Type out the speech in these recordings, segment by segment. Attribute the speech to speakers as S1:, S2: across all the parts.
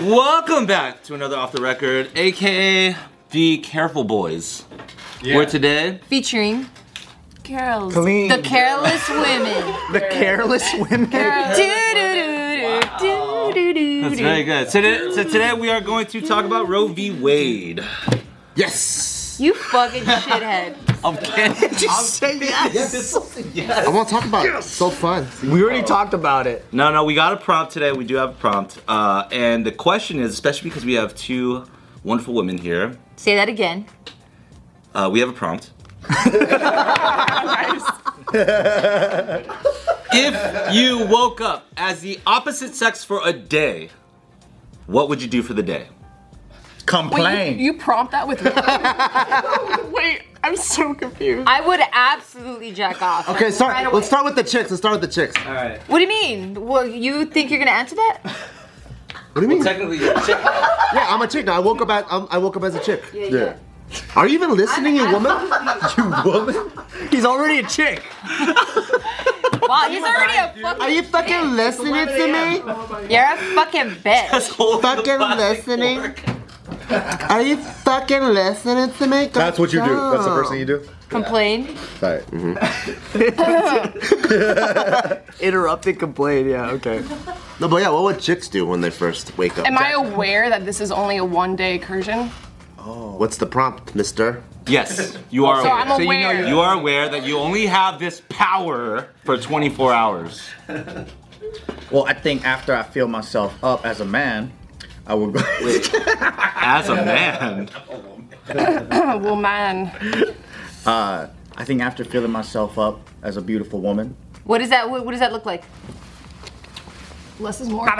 S1: Welcome back to another Off the Record, aka the Careful Boys. Where today,
S2: Featuring Carol's
S3: Colleen.
S2: The Careless Women.
S3: The careless women.
S1: that's
S2: That's
S1: very good. So today, so today we are going to talk about Roe v. Wade. Yes.
S2: You fucking shithead.
S1: Okay.
S3: Just say yes.
S4: I want to talk about it. So fun.
S3: We already talked about it.
S1: No, no, we got a prompt today. We do have a prompt, uh, and the question is, especially because we have two wonderful women here,
S2: Say that again.
S1: uh, we have a prompt. if you woke up as the opposite sex for a day, what would you do for the day?
S3: Complain.
S5: You prompt that with Wait, I'm so confused.
S2: I would absolutely jack off.
S4: Okay, start.
S2: Right away.
S4: let's start with the chicks. Let's start with the chicks.
S1: All right.
S2: What do you mean? Well, you think you're gonna answer that?
S4: What do you mean?
S1: Technically, you're a chick.
S4: yeah, I'm a chick now. I woke up as um, I woke up as a chick.
S2: Yeah, yeah.
S4: Are you even listening, you woman? you woman?
S3: He's already a chick.
S2: Wow, he's already a fucking.
S4: Are you fucking listening to me?
S2: You're a fucking bitch.
S4: Fucking listening. Are you fucking listening to me?
S6: That's what you do. That's the first thing you do.
S2: Complain.
S6: All right.
S4: Mm-hmm.
S3: Interrupt and complain. Yeah. Okay.
S4: No, but yeah, what would chicks do when they first wake up?
S5: Am I aware that this is only a one day incursion?
S4: What's the prompt, Mister?
S1: Yes, you are.
S5: So I'm
S1: aware.
S3: you know
S5: aware.
S1: you are aware that you only have this power for 24 hours.
S7: Well, I think after I feel myself up as a man, I will go.
S1: As a man,
S5: Oh, well, man.
S7: I think after feeling myself up as a beautiful woman,
S2: What is that? What, what does that look like?
S5: Less is more.
S1: what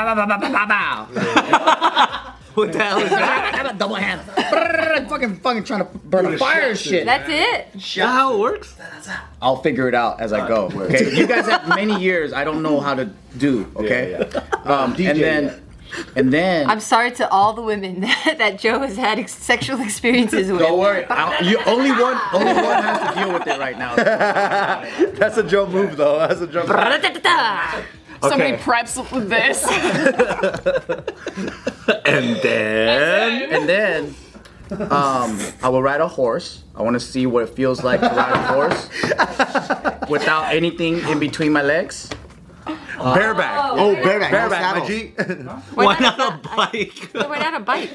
S1: the hell is that?
S7: double hand. I'm fucking fucking trying to burn a fire and shit.
S2: That's it.
S1: Is that how it works?
S7: I'll figure it out as I go. Okay, you guys have many years. I don't know how to do. Okay, Um, and then, and then.
S2: I'm sorry to all the women that, that Joe has had ex- sexual experiences with.
S7: don't worry. I, you only one, only one has to deal with it right now.
S6: That's a Joe move, though. That's a Joe. move.
S2: Ra-da-da-da.
S5: Somebody
S1: Okay.
S5: preps with this.
S1: And then
S7: And then um, I will ride a horse. I want to see what it feels like to ride a horse without anything in between my legs. Uh,
S6: Bareback.
S4: Oh, bareback, no
S6: Bareback, my
S4: saddle.
S6: G.
S2: We're
S1: why
S2: not
S1: not a bike?
S2: a- We're not a bike.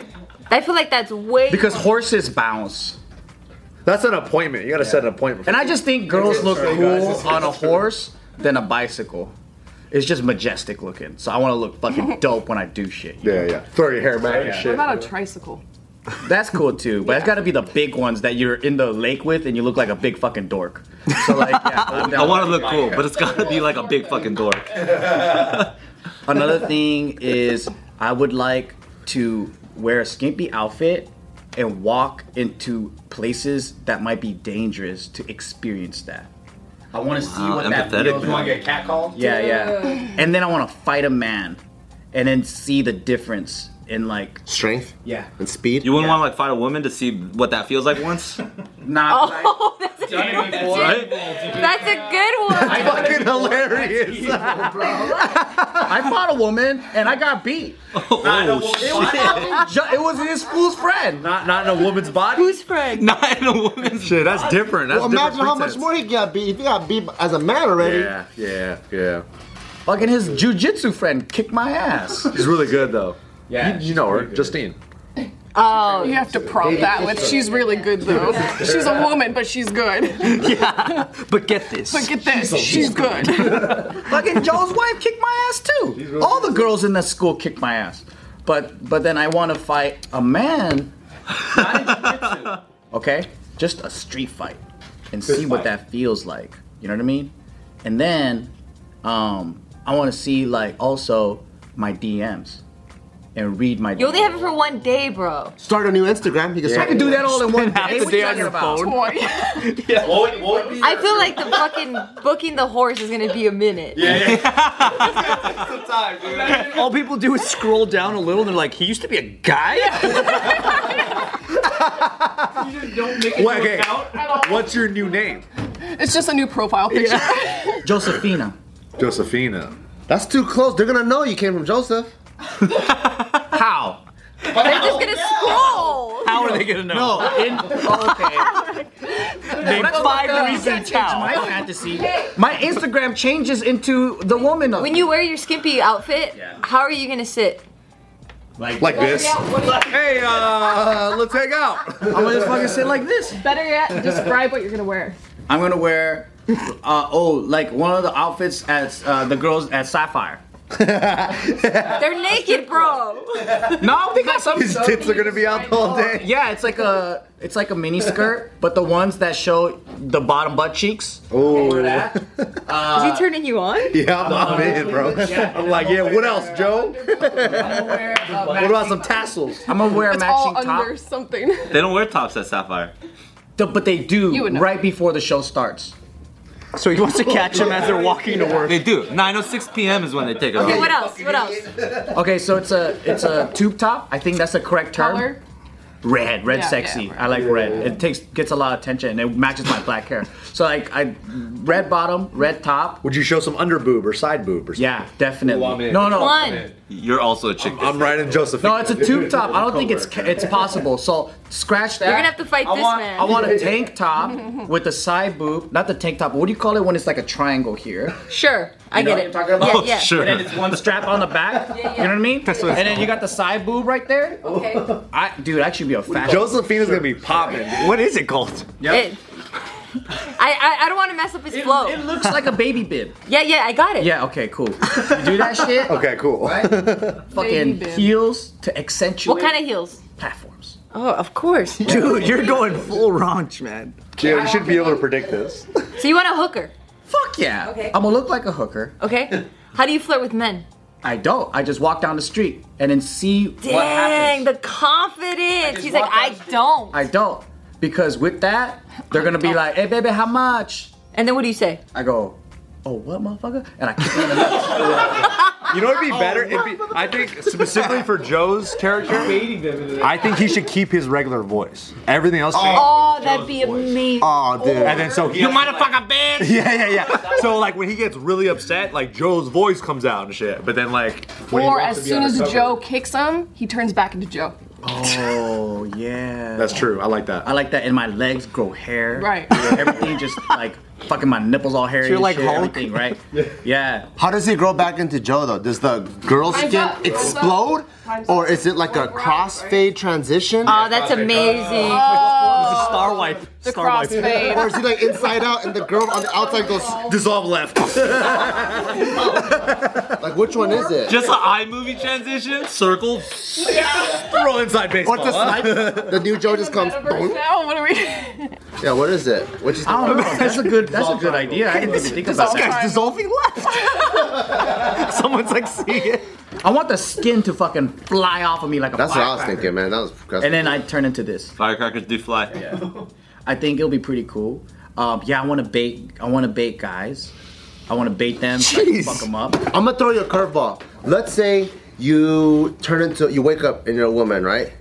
S2: I feel like that's way.
S7: Because horses bounce.
S6: That's an appointment. You gotta set an appointment.
S7: And I just think girls look
S6: true, guys.
S7: cool
S6: It's-
S7: on a
S6: it's true.
S7: horse than a bicycle. It's just majestic looking. So I want to look fucking dope when I do shit. you
S6: yeah,
S7: know?
S6: yeah. Throw your hair back and
S5: What
S6: shit.
S5: about a tricycle?
S7: That's cool too, but it's got to be the big ones that you're in the lake with and you look like a big fucking dork. So like, yeah, I'm
S1: I
S7: down.
S1: want to look cool, but it's gotta be like a big fucking dork.
S7: Another thing is I would like to wear a skimpy outfit and walk into places that might be dangerous to experience that. I want to see
S1: Wow,
S7: what that
S1: empathetic,
S7: feels
S1: man. You wanna get
S7: catcalled? Yeah, yeah. And then I want to fight a man and then see the difference in like
S4: Strength
S7: yeah.
S4: and speed.
S1: You wouldn't want to like fight a woman to see what that feels like once,
S7: Nah, but I-
S2: Oh, that's a,
S1: right?
S2: that's a good one.
S6: Fucking hilarious.
S7: I fought a woman and I got beat.
S1: Oh shit!
S7: It was, fucking ju- it was his fool's friend.
S6: Not, not in a woman's body.
S2: Who's Frank?
S1: Not in a woman's.
S6: Shit, that's different. That's
S4: Well,
S6: different
S4: imagine how much
S6: pretense.
S4: more he got beat. If he got beat as a man already.
S6: Yeah, yeah, yeah.
S7: Fucking his jujitsu friend kicked my ass.
S6: She's really good though.
S7: Yeah,
S6: you, you know her, Justine.
S5: Oh. You have to prompt that with. She's really good though. She's a woman, but she's good.
S3: But get this.
S5: Look at this. She's good.
S7: Fucking Joe's wife kicked my ass too. All the girls in that school kicked my ass. But but then I want to fight a man. Not in jiu-jitsu, okay, just a street fight, and see what that feels like. You know what I mean? And then um, I want to see like also my DMs and read my.
S2: You only have it for one day, bro.
S4: Start a new Instagram. He can
S7: I
S4: start.
S7: can do that all in one day.
S3: half a
S7: What
S3: day
S7: you
S3: on
S7: talking
S3: your
S7: about?
S3: phone.
S5: Boy.
S2: I feel like the fucking booking the horse is gonna be a minute.
S3: All people do is scroll down a little. and They're like, he used to be a guy.
S6: What, okay. What's your new name?
S5: It's just a new profile picture.
S7: Josephina.
S6: Josephina.
S4: That's too close. They're gonna know you came from Joseph.
S7: How?
S2: They're just gonna scroll.
S3: How are they gonna know?
S7: No, in, okay.
S3: Name five reasons
S7: My
S3: how.
S7: fantasy. My Instagram changes into the woman of
S2: When you wear your skimpy outfit, how are you gonna sit?
S6: Like this. Hey, uh, let's hang out.
S7: I'm gonna just fucking sit like this.
S5: Better yet, describe what you're gonna wear.
S7: I'm gonna wear uh oh like one of the outfits as uh, the girls at Sapphire.
S2: They're naked, bro.
S7: No, they got some
S6: His tits are gonna be out all day.
S7: Yeah, it's like a it's like a mini skirt, but the ones that show the bottom butt cheeks.
S4: Oh,
S6: Ooh.
S7: That.
S2: Is he turning you on?
S6: Yeah, I'm, I'm in, bro. I'm like, yeah, what else, Joe?
S7: What about some tassels? I'm gonna wear a
S5: It's
S7: matching
S5: all
S7: top.
S5: under something.
S1: They don't wear tops at Sapphire.
S7: The- but they do
S5: You would know.
S7: right before the show starts.
S3: So he wants
S7: Oh.
S3: to catch them as they're walking to work.
S1: They do. 9:06 p.m. is when they take it
S2: Okay,
S1: off.
S2: what else? What else?
S7: Oh, Okay, so it's a it's a tube top. I think that's the correct term.
S5: Color.
S7: Red, red,
S5: Yeah,
S7: sexy.
S5: yeah,
S7: I like red. It takes gets a lot of attention and it matches my black hair. So like I red bottom, red top.
S6: Would you show some under boob or side boob or something?
S7: Yeah, definitely.
S8: I'm in.
S7: no, no.
S2: One.
S1: You're also a chick.
S6: I'm riding Joseph.
S7: No, it's a tube top. I don't think it's ca- it's possible. So scratch that.
S2: You're gonna have to fight
S7: I
S2: this
S7: want,
S2: man.
S7: I want a tank top with a side boob. Not the tank top. What do you call it when it's like a triangle here?
S2: Sure, I
S7: know
S2: get it.
S7: what I'm talking about?
S2: Yeah, yeah.
S1: Oh, Sure.
S7: And then it's one strap on the back. You know what I mean? and then you got the side boob right there.
S2: Okay.
S7: I, dude, I should be a fat.
S6: Josephina's gonna be popping.
S3: What is it called?
S2: It- I, I I don't want to mess up his flow.
S7: It looks like a baby bib.
S2: yeah, yeah, I got it.
S7: Yeah. Okay. Cool. You do that shit.
S6: Okay, cool.
S7: Fucking
S5: bib.
S7: heels to accentuate.
S2: What kind of heels?
S7: platforms?
S2: Oh, of course. so
S3: Dude, you're going full raunch, man.
S6: Dude, you should be able to predict this.
S2: you want a hooker,
S7: Fuck yeah.
S2: Okay.
S7: I'm gonna look like a hooker.
S2: okay? How do you flirt with men?
S7: I don't. I just walk down the street and then see what
S2: Dang,
S7: happens.
S2: the confidence. He's like, I don't.
S7: I don't. Because with that, they're gonna be like, hey baby, how much?
S2: And then what do you say?
S7: I go, oh what motherfucker? And I kick them in the nuts.
S6: You know what'd be better? It'd be, I think specifically for Joe's character, I think he should keep his regular voice. Everything else,
S2: Oh, that'd be amazing.
S6: oh, dude. And then so he, you
S1: motherfucker bitch.
S6: Yeah, yeah, yeah. So like when he gets really upset, like Joe's voice comes out and shit. But then like, when he
S5: Or
S6: wants
S5: as
S6: to be
S5: soon as
S6: undercover-
S5: Joe kicks him, he turns back into Joe.
S7: Oh yeah.
S6: That's true. I like that.
S7: I like that and my legs grow hair.
S5: Right.
S7: Everything just like fucking my nipples all hairy.
S3: So you're
S7: and
S3: like
S7: shit,
S3: Hulk?
S7: everything, right? Yeah.
S8: How does he grow back into Joe though? Does the girl
S5: Time's
S8: skin
S5: up. Time's up.
S8: explode,
S5: Time's
S8: or
S5: up.
S8: is it like a
S5: We're out,
S8: crossfade transition,
S2: Oh, that's amazing.
S7: Oh.
S3: It's a star wipe.
S5: The
S3: Star wipe.
S8: or
S5: crossfade.
S8: is he like inside out and the girl on the outside goes?
S6: Dissolve left.
S8: Like which one is it?
S1: Just an iMovie transition, circle.
S6: Roll inside baseball.
S8: What's the slide? The new Joe just comes.
S5: Metaverse
S8: boom.
S5: Now, what are we?
S8: Yeah, what is it? What you
S7: I
S8: think?
S3: Oh,
S7: don't know. That's a good that's a good idea. I didn't even think about that.
S5: Sorry.
S3: dissolving left. Someone's like, see it.
S7: I want the skin to fucking fly off of me like a
S8: That's what I was
S7: firecracker.
S8: thinking, man. That was. That's
S7: And then I turn into this.
S1: Firecrackers do fly.
S7: I think it'll be pretty cool. Um, yeah, I want to bait. I want to bait guys. I want to bait them. so I can
S8: Jeez.
S7: fuck them up.
S8: I'm gonna throw you a curveball. Let's say you turn into you wake up and you're a woman, right?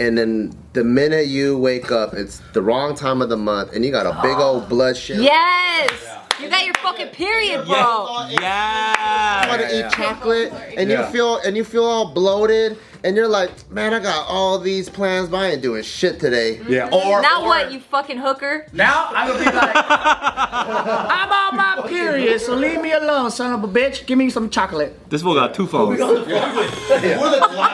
S8: And then the minute you wake up, it's the wrong time of the month, and you got a big old blood shit.
S2: Yes. You got your fucking period, bro.
S8: You
S1: Yeah.
S8: want to eat chocolate, and you feel and you feel all bloated, and you're like, man, I got all these plans, but I ain't doing shit today.
S6: yeah. Or
S2: Now what, you fucking hooker?
S7: Now I'm gonna be like, I'm on my period, so leave me alone, son of a bitch. Give me some chocolate.
S1: This fool got two phones. Who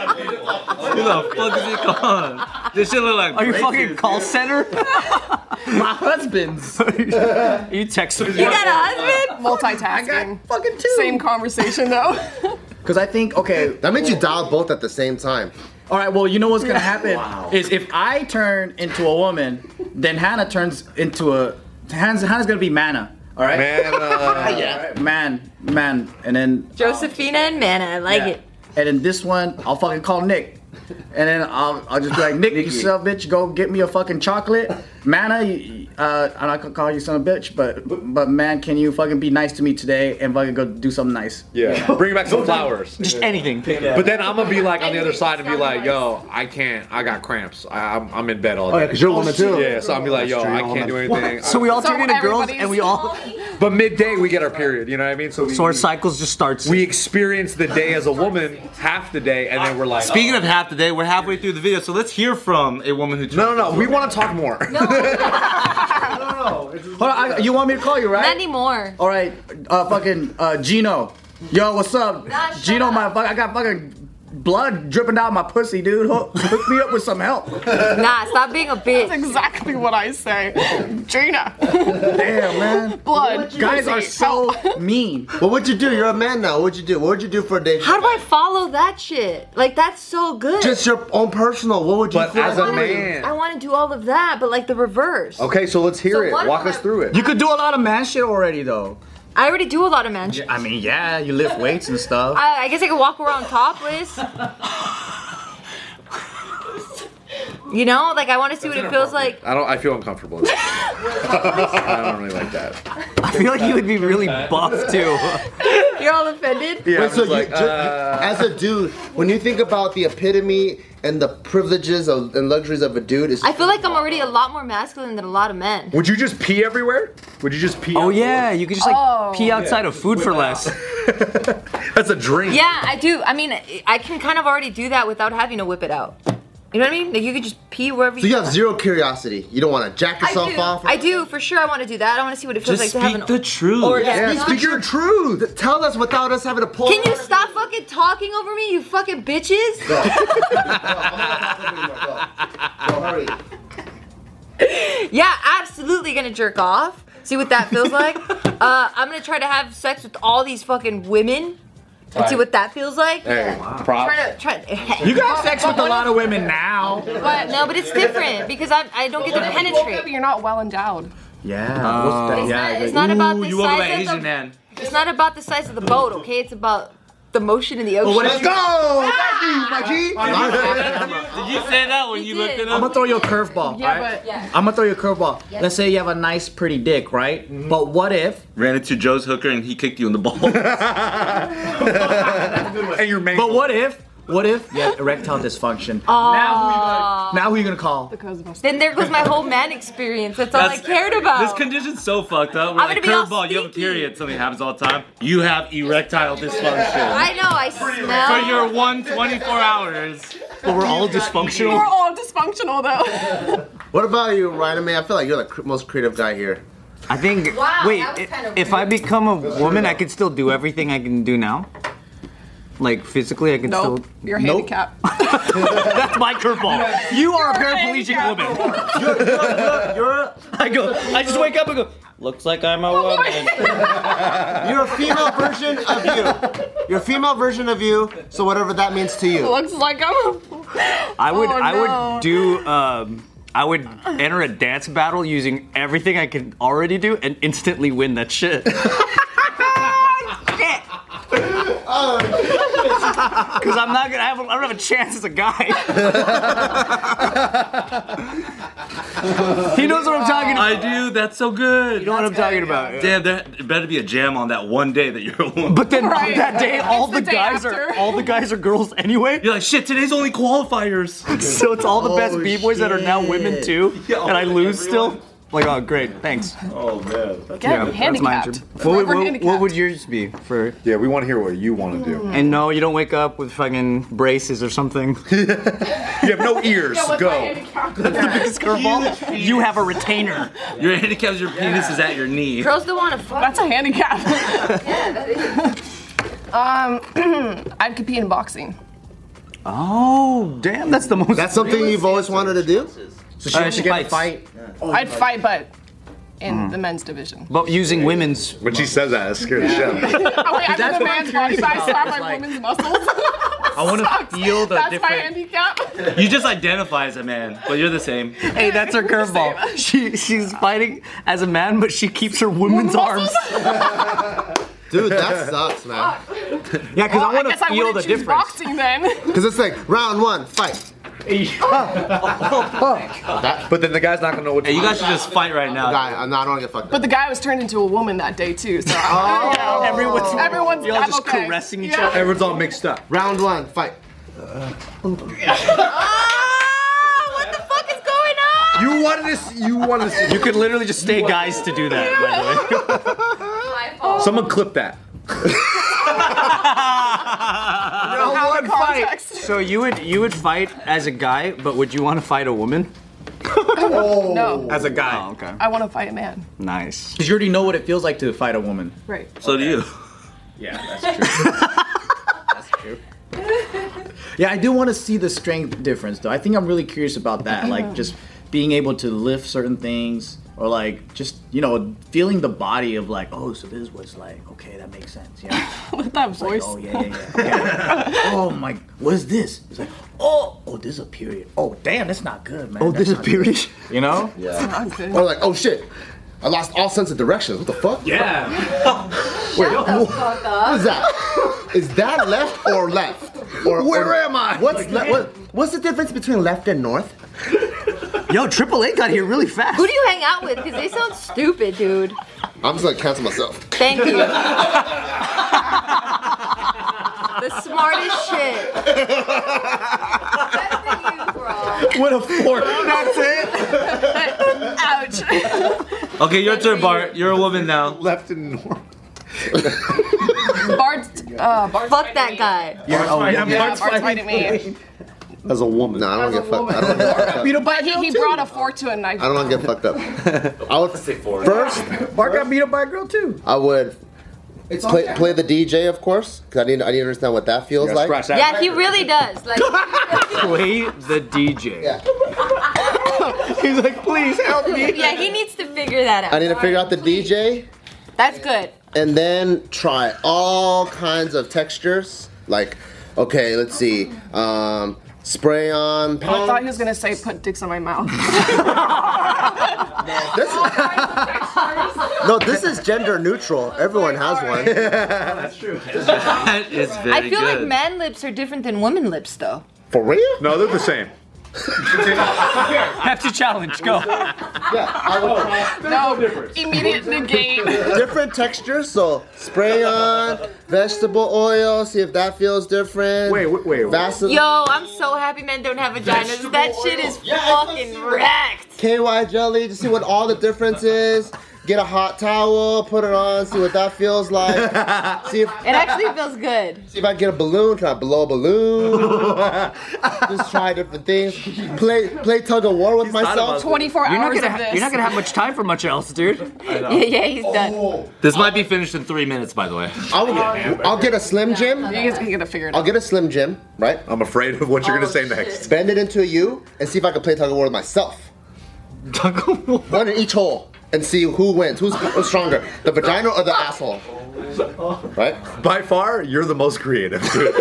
S1: the fuck is it called? This shit look like.
S3: Are you fucking call center?
S7: My husband's.
S3: Are you texting?
S2: You got a husband?
S5: Multitasking.
S7: Fucking two.
S5: Same conversation though.
S7: Cause I think okay.
S8: That means you dial both at the same time.
S7: All right. Well, you know what's gonna happen is if I turn into a woman, then Hannah turns into a Hannah's, Hannah's gonna be Manna. All right.
S6: man, uh,
S7: Yeah. Man, man, and then
S2: Josephina and Manna, I like
S7: Yeah.
S2: it.
S7: And then this one, I'll fucking call Nick. And then I'll, I'll just be like, Nick, you son of a bitch, go get me a fucking chocolate. Manna, you- uh, I'm not gonna call you son of a bitch, but but man, can you fucking be nice to me today and fucking go do something nice?
S6: yeah. Bring back some flowers.
S3: Just anything.
S6: But then I'm gonna be like on the other side and be like, yo, I can't. I got cramps. I, I'm, I'm in bed all day.
S8: you're a woman too.
S6: Yeah, so I'll be like, yo, I can't do anything.
S3: So we all
S5: So
S3: turn into girls
S5: everybody's-
S3: and we all
S6: But midday we get our period. You know what I mean? So we
S7: So our
S6: we-
S7: cycles just starts.
S6: we experience the day as a woman half the day, and then we're like,
S1: Speaking of half the day, we're halfway through the video, so let's hear from a woman who.
S6: No, no, no. oh, We want to talk more.
S7: Hold on, I, you want me to call you,
S2: Not
S7: right?
S2: anymore.
S7: All right, uh, fucking uh, Gino. Yo, what's up,
S2: Nah, shut
S7: Gino?
S2: up.
S7: My fuck, I got fucking blood dripping down my pussy, dude. Hook, hook me up with some help.
S2: Nah, stop being a bitch.
S5: That's exactly what I say. Gina,
S7: Damn, man.
S5: blood.
S7: Guys are
S5: pussy,
S7: so
S5: help.
S7: mean.
S8: What would you do? You're a man now. What'd you do? What would you do for a day?
S2: How do I follow that shit? Like that's so good.
S8: Just your own personal. What would you?
S6: But
S8: do?
S6: as a
S2: I
S6: man.
S2: want to do all of that, but like the reverse.
S6: Okay, so let's hear
S2: So
S6: it.
S2: what
S6: Walk
S2: if
S6: us
S2: I-
S6: through it.
S7: You could do a lot of man shit already, though.
S2: I already do a lot of man shit.
S7: I mean, yeah, you lift weights and stuff.
S2: I, I guess I could walk around topless. you know, like I want to see what it feels like.
S6: I don't. I feel uncomfortable. I don't really like that.
S3: I feel like you would be really buff too.
S2: You're all offended.
S6: Yeah,
S8: Wait, so you, ju- as a dude, when you think about the epitome and the privileges of, and luxuries of a dude, is
S2: I feel like I'm already a lot more masculine than a lot of men.
S6: would you just pee everywhere? Would you just pee?
S3: Oh
S6: out-
S3: yeah, you could just like
S5: Oh.
S3: pee outside of food for less.
S6: that's a dream.
S2: Yeah, I do. I mean, I can kind of already do that without having to whip it out. You know what I mean? Like you could just pee wherever
S8: so you have zero curiosity. You don't want to jack
S2: I
S8: yourself
S2: do.
S8: off.
S2: I do for sure. I want to do that. I want to see what it feels
S3: Just
S2: like to have
S3: speak
S2: an
S3: the truth.
S2: orgasm.
S8: Yeah, speak your truth. Tell us without us having to pull.
S2: Can you stop fucking talking over me, you fucking bitches? Yeah, absolutely gonna jerk off. See what that feels like. uh, I'm gonna try to have sex with all these fucking women. And see what that feels like.
S6: Hey,
S2: Try to try.
S7: You got sex with a lot of women now.
S2: But no, but it's different because I, I don't get to penetrate.
S5: You're not well endowed.
S7: Yeah. what's that?
S2: It's
S7: yeah.
S2: not,
S7: yeah.
S2: it's not about
S1: Ooh,
S2: the
S1: you want to
S2: size
S1: be
S2: of the
S1: Asian man?
S2: It's not about the size of the boat, okay? It's about the motion in the ocean.
S8: Let's go. Thank you, my G.
S1: Ah! Did you say that when
S2: He
S1: you
S2: did.
S1: looked it
S7: I'm
S1: up?
S7: gonna throw you a curveball.
S5: Yeah,
S7: alright?
S5: but
S2: yeah.
S7: I'm gonna throw you a curveball. Let's say you have a nice, pretty dick, right?
S2: Mm-hmm.
S7: But what if?
S1: Ran into Joe's hooker and he kicked you in the balls.
S6: and your main.
S7: But what if? What if you had erectile dysfunction?
S2: Aw.
S7: Now who you gonna call?
S5: because of us.
S2: Then there goes my whole man experience. That's all I
S1: That's-
S2: cared about.
S1: This condition's so fucked up. We're
S2: I'm
S1: like,
S2: gonna be all
S1: curveball, you have a
S2: sneaky."
S1: period. Something happens all the time. You have erectile dysfunction.
S2: I know. I
S1: For
S2: smell.
S1: your one 24 hours.
S3: But we're all
S5: We're
S3: dysfunctional.
S5: all dysfunctional though.
S8: What about you, Ryan? I mean, I feel like you're the cr- most creative guy here.
S3: I think.
S2: Wow,
S3: wait,
S2: that was
S3: i-
S2: kinda
S3: if I become a woman, I could still do everything I can do now. Like physically, I can
S5: Nope,
S3: still.
S5: you're
S3: Nope.
S5: handicapped.
S3: That's my curveball. You are a paraplegic
S5: handicapped.
S3: woman. I go. I just wake up and go. Looks like I'm
S5: Oh
S3: a woman.
S8: You're a female version of you. You're a female version of you. So whatever that means to you.
S5: Looks like I'm.
S3: I would.
S5: Oh,
S3: I
S5: no.
S3: would do. Um, I would enter a dance battle using everything I can already do and instantly win that shit. Because I'm not gonna have. I don't have a chance as a guy. he knows what I'm talking about.
S1: I do. That's so good.
S3: You know what I'm talking about.
S1: Damn, there it better be a jam on that one day that you're a woman.
S3: But then
S5: Right.
S3: that day, all
S5: It's
S3: the,
S5: the day
S3: guys are
S5: after.
S3: all the guys are girls anyway.
S1: you're like, shit, today's only qualifiers.
S3: So it's all the best
S8: Oh,
S3: b boys that are now women
S8: shit.
S3: too,
S1: Yeah,
S3: and I
S1: like
S3: lose
S1: everyone.
S3: still. Like, oh, great, thanks.
S1: oh, man.
S5: Yeah,
S3: that's my
S5: handicapped.
S3: intro. What, would-
S5: Forever
S3: what-
S5: handicapped.
S3: what would yours be for?
S6: Yeah, we want to hear what you want to do.
S3: And no, you don't wake up with fucking braces or something.
S6: You have no ears. Go.
S3: It's curveball. You have a retainer.
S1: Your handicap is your penis is at your knee.
S2: Girls don't want to fuck.
S5: That's a handicap. um, I'd compete in boxing.
S3: Oh, damn, that's the most.
S8: That's something you've always wanted to do.
S3: So she,
S7: get in a
S3: fights,
S7: fight.
S3: Oh
S5: I'd fight, but in the men's division.
S3: But using women's.
S6: When she says that, it scares the shit out of me.
S5: Oh, wait, I'm
S7: That's
S5: in a
S7: what I'm
S5: man's body,
S7: curious
S5: so I
S7: about,
S5: slap my
S7: like-
S5: woman's muscles.
S7: I want to feel the
S5: That's my
S7: different.
S5: handicap.
S1: You just identify as a man, but you're the same.
S3: Hey, that's her curveball. She she's fighting as a man, but she keeps her woman's arms.
S8: Dude, that sucks, man.
S3: Yeah, because I
S5: Oh, I
S3: want to
S5: guess I
S3: feel
S5: wouldn't
S3: the
S5: choose
S3: difference.
S5: boxing then.
S8: Because it's like round one, fight.
S6: But then the guy's not gonna know what.
S1: Hey, you guys should just fight right now.
S8: Guy, I'm not. I don't wanna get fucked
S5: But
S8: up.
S5: the guy was turned into a woman that day too, so I-
S3: Everyone's
S5: Oh, everyone's
S3: y'all
S5: I'm
S3: just
S5: okay.
S3: caressing each
S5: Yeah.
S3: other.
S6: Everyone's all mixed up.
S8: Round one, fight.
S2: Ah, what the fuck is going on?
S6: You wanted to. s- You wanted to. s-
S3: You could literally just stay guys to do that. By the way,
S6: Someone clip that.
S5: How
S3: would
S5: in
S3: fight.
S5: context.
S3: So you would you would fight as a guy, but would you want to fight a woman?
S5: No,
S6: As a guy.
S3: Oh, okay.
S5: I want to fight a man.
S3: Nice.
S7: Because you already know what it feels like to fight a woman.
S5: Right.
S1: So do you.
S7: Yeah, I do want to see the strength difference though. I think I'm really curious about that. Like just being able to lift certain things or like just, you know, feeling the body of like, oh, so this was like, okay, that makes sense. Yeah.
S5: With that voice.
S7: Oh yeah, yeah, yeah. yeah. oh my, what is this? It's like, oh, oh, this is a period. Oh damn, that's not good, man. Oh,
S3: This is period.
S7: You know?
S8: Yeah.
S5: Not good.
S8: Or like, oh shit, I lost all sense of directions. What the fuck?
S6: Yeah.
S8: Wait, what is that? Is that left or left? Or where am I? What's le- what, What's the difference between left and north?
S3: Yo, Triple A got here really fast.
S2: Who do you hang out with? Because they sound stupid, dude.
S8: I'm just gonna cancel myself.
S2: Thank you. the smartest shit.
S7: What a fork. that's it.
S5: Ouch.
S1: Okay, your turn, Bart. You're a woman now.
S8: Left and north.
S5: Bart's, uh, Bart's
S2: Fuck that guy.
S5: Bart's fighting me.
S8: As a woman. No, I don't
S5: As
S8: get
S5: a
S8: fucked. I don't get fucked up.
S7: Beat up by a
S5: But he,
S7: girl
S5: he
S7: too.
S5: brought a fork to a knife.
S8: I don't want to get fucked up. I would say four. First,
S7: Bart got beat up by a girl too.
S8: I would play, play the DJ, of course, because I need I need to understand what that feels like.
S6: Scratch that.
S2: Yeah, he really does. Like,
S3: Play the DJ.
S8: Yeah.
S3: He's like, please help me.
S2: yeah, he needs to figure that out.
S8: I need to figure out the DJ
S2: That's good.
S8: and then try all kinds of textures. Like, okay, let's see. Um, spray on.
S5: I thought he was gonna say, "Put dicks in my mouth."
S8: This is, no, this is gender neutral. Everyone has one.
S1: That is very
S2: I feel
S1: good.
S2: like man lips are different than woman lips, though.
S8: For real?
S6: No, they're the same.
S3: Pepsi challenge, go.
S8: Yeah. I would try
S5: no, immediate negate.
S8: different textures. So spray on vegetable oil. See if that feels different.
S6: Wait, wait, wait, wait.
S8: Vaseline.
S2: Yo, I'm so happy men don't have vaginas. That shit is fucking wrecked.
S8: KY jelly to see what all the difference is. Get a hot towel, put it on, see what that feels like. see if
S2: It actually feels good.
S8: see if I can get a balloon. Can I blow a balloon? Just try different things. Play play tug of war with myself.
S5: Twenty-four
S3: You're not
S5: hours
S3: gonna
S5: of
S3: ha-
S5: this.
S3: you're not gonna have much time for much else, dude.
S2: Yeah, yeah, he's done.
S1: this might be finished in three minutes, by the way.
S8: I will get, I'll get a slim jim.
S5: You guys can get it figured
S8: I'll
S5: out.
S8: get a slim jim. Right.
S6: I'm afraid of what you're
S7: Oh,
S6: gonna say next.
S8: Bend it into a U and see if I can play tug of war with myself. One in each hole and see who wins. Who's, who's stronger, the vagina or the asshole? Right.
S6: By far, you're the most creative. dude.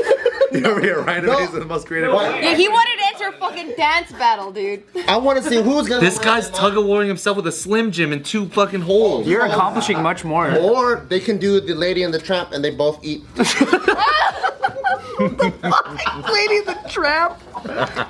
S6: You're over here, Ryan
S8: No.
S6: is the most creative.
S8: Why-
S2: Yeah, he wanted to enter a fucking dance battle, dude.
S8: I want to see who's gonna.
S1: This
S8: win.
S1: guy's tug of warring himself with a slim jim in two fucking holes.
S3: You're accomplishing much more.
S8: Or they can do the Lady and the Tramp, and they both eat.
S5: Lady the trap.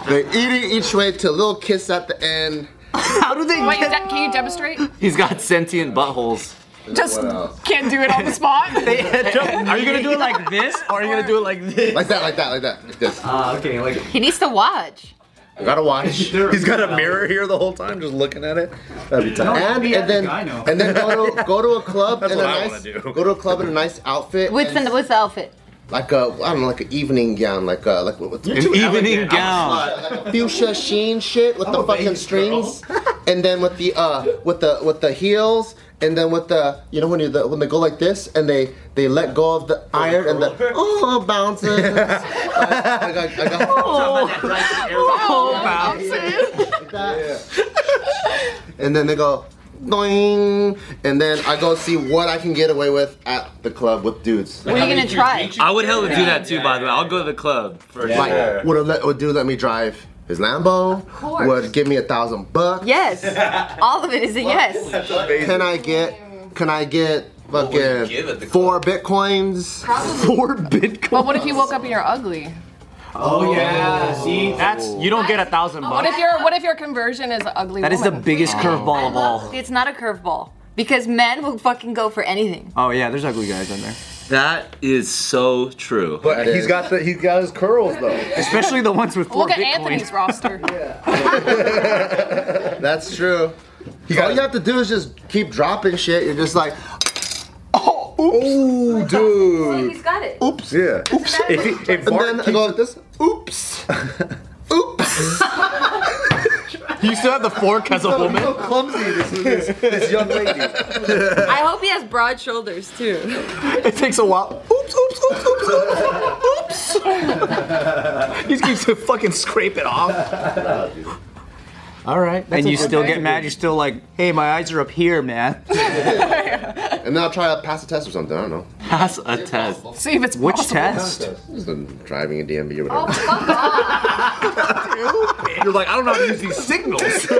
S8: They're eating each way to a little kiss at the end.
S3: How do they?
S5: Wait, de- can you demonstrate?
S1: He's got sentient buttholes.
S5: Just
S8: else?
S5: can't do it on the spot.
S3: Are you gonna do it like this, or are you gonna do it like this?
S8: Like that, like that, like that. Like this.
S3: okay, like
S2: He needs to watch.
S8: I gotta watch.
S6: He's got a mirror here the whole time, just looking at it. That'd be tough.
S8: And,
S3: yeah,
S8: and then
S3: I know.
S8: and then go to go to a club in
S6: That's
S8: a
S6: what I
S8: nice
S6: wanna do.
S8: go to a club in a nice outfit
S2: What's
S8: and
S2: in the, what's the outfit?
S8: like a I don't know like an evening gown like a like what, what's
S3: an evening gown.
S8: like a fuchsia sheen shit with the fucking strings and then with the uh with the with the heels and then with the you know when you the, when they go like this and they they let go of the iron and the oh bounces Uh, I got, I got that. and then they go doing and then I go see what I can get away with at the club with dudes
S2: What are you gonna try?
S1: I would hell to do that too, by the way. I'll go to the club for sure.
S8: Like, would a, let, would dude let me drive his Lambo?
S2: course.
S8: Would give me a thousand bucks?
S2: Yes. All of it is a yes.
S8: Can I get? Can I get fucking four bitcoins?
S3: four Bitcoin.
S5: But what if you woke up and you're ugly?
S3: That's you don't get a thousand
S5: What
S3: bucks.
S5: if your what if your conversion is an ugly?
S3: That is the
S5: woman?
S3: biggest curveball of all.
S2: It's not a curveball because men will fucking go for anything.
S3: Oh yeah, there's ugly guys in there.
S1: That is so true.
S6: But he's got the he's got his curls though.
S3: Especially the ones with four
S5: Look at
S3: Bitcoin.
S5: Anthony's roster.
S8: That's true. All you have to do is just keep dropping shit. You're just like, oh,
S6: oops.
S2: See,
S6: dude.
S2: he's got it.
S6: Oops. Yeah. Oops. If, he,
S8: And
S6: if Bart
S8: then I
S6: keeps-
S8: go like this.
S6: Oops. Oops. you still have the fork as a
S8: How clumsy this is. This, this young lady.
S2: I hope he has broad shoulders too.
S6: It takes a while. Oops, oops, oops, oops, oops, oops. he just keeps to fucking scrape it off.
S7: All right.
S3: and you still get mad. You're still like, hey, my eyes are up here, man.
S8: And then I'll try to pass a test or something. I don't know.
S3: Pass a test.
S5: See if it's
S3: Which
S5: possible.
S3: test?
S8: Just in driving a DMV or whatever.
S6: You're like, I don't know how to use these signals.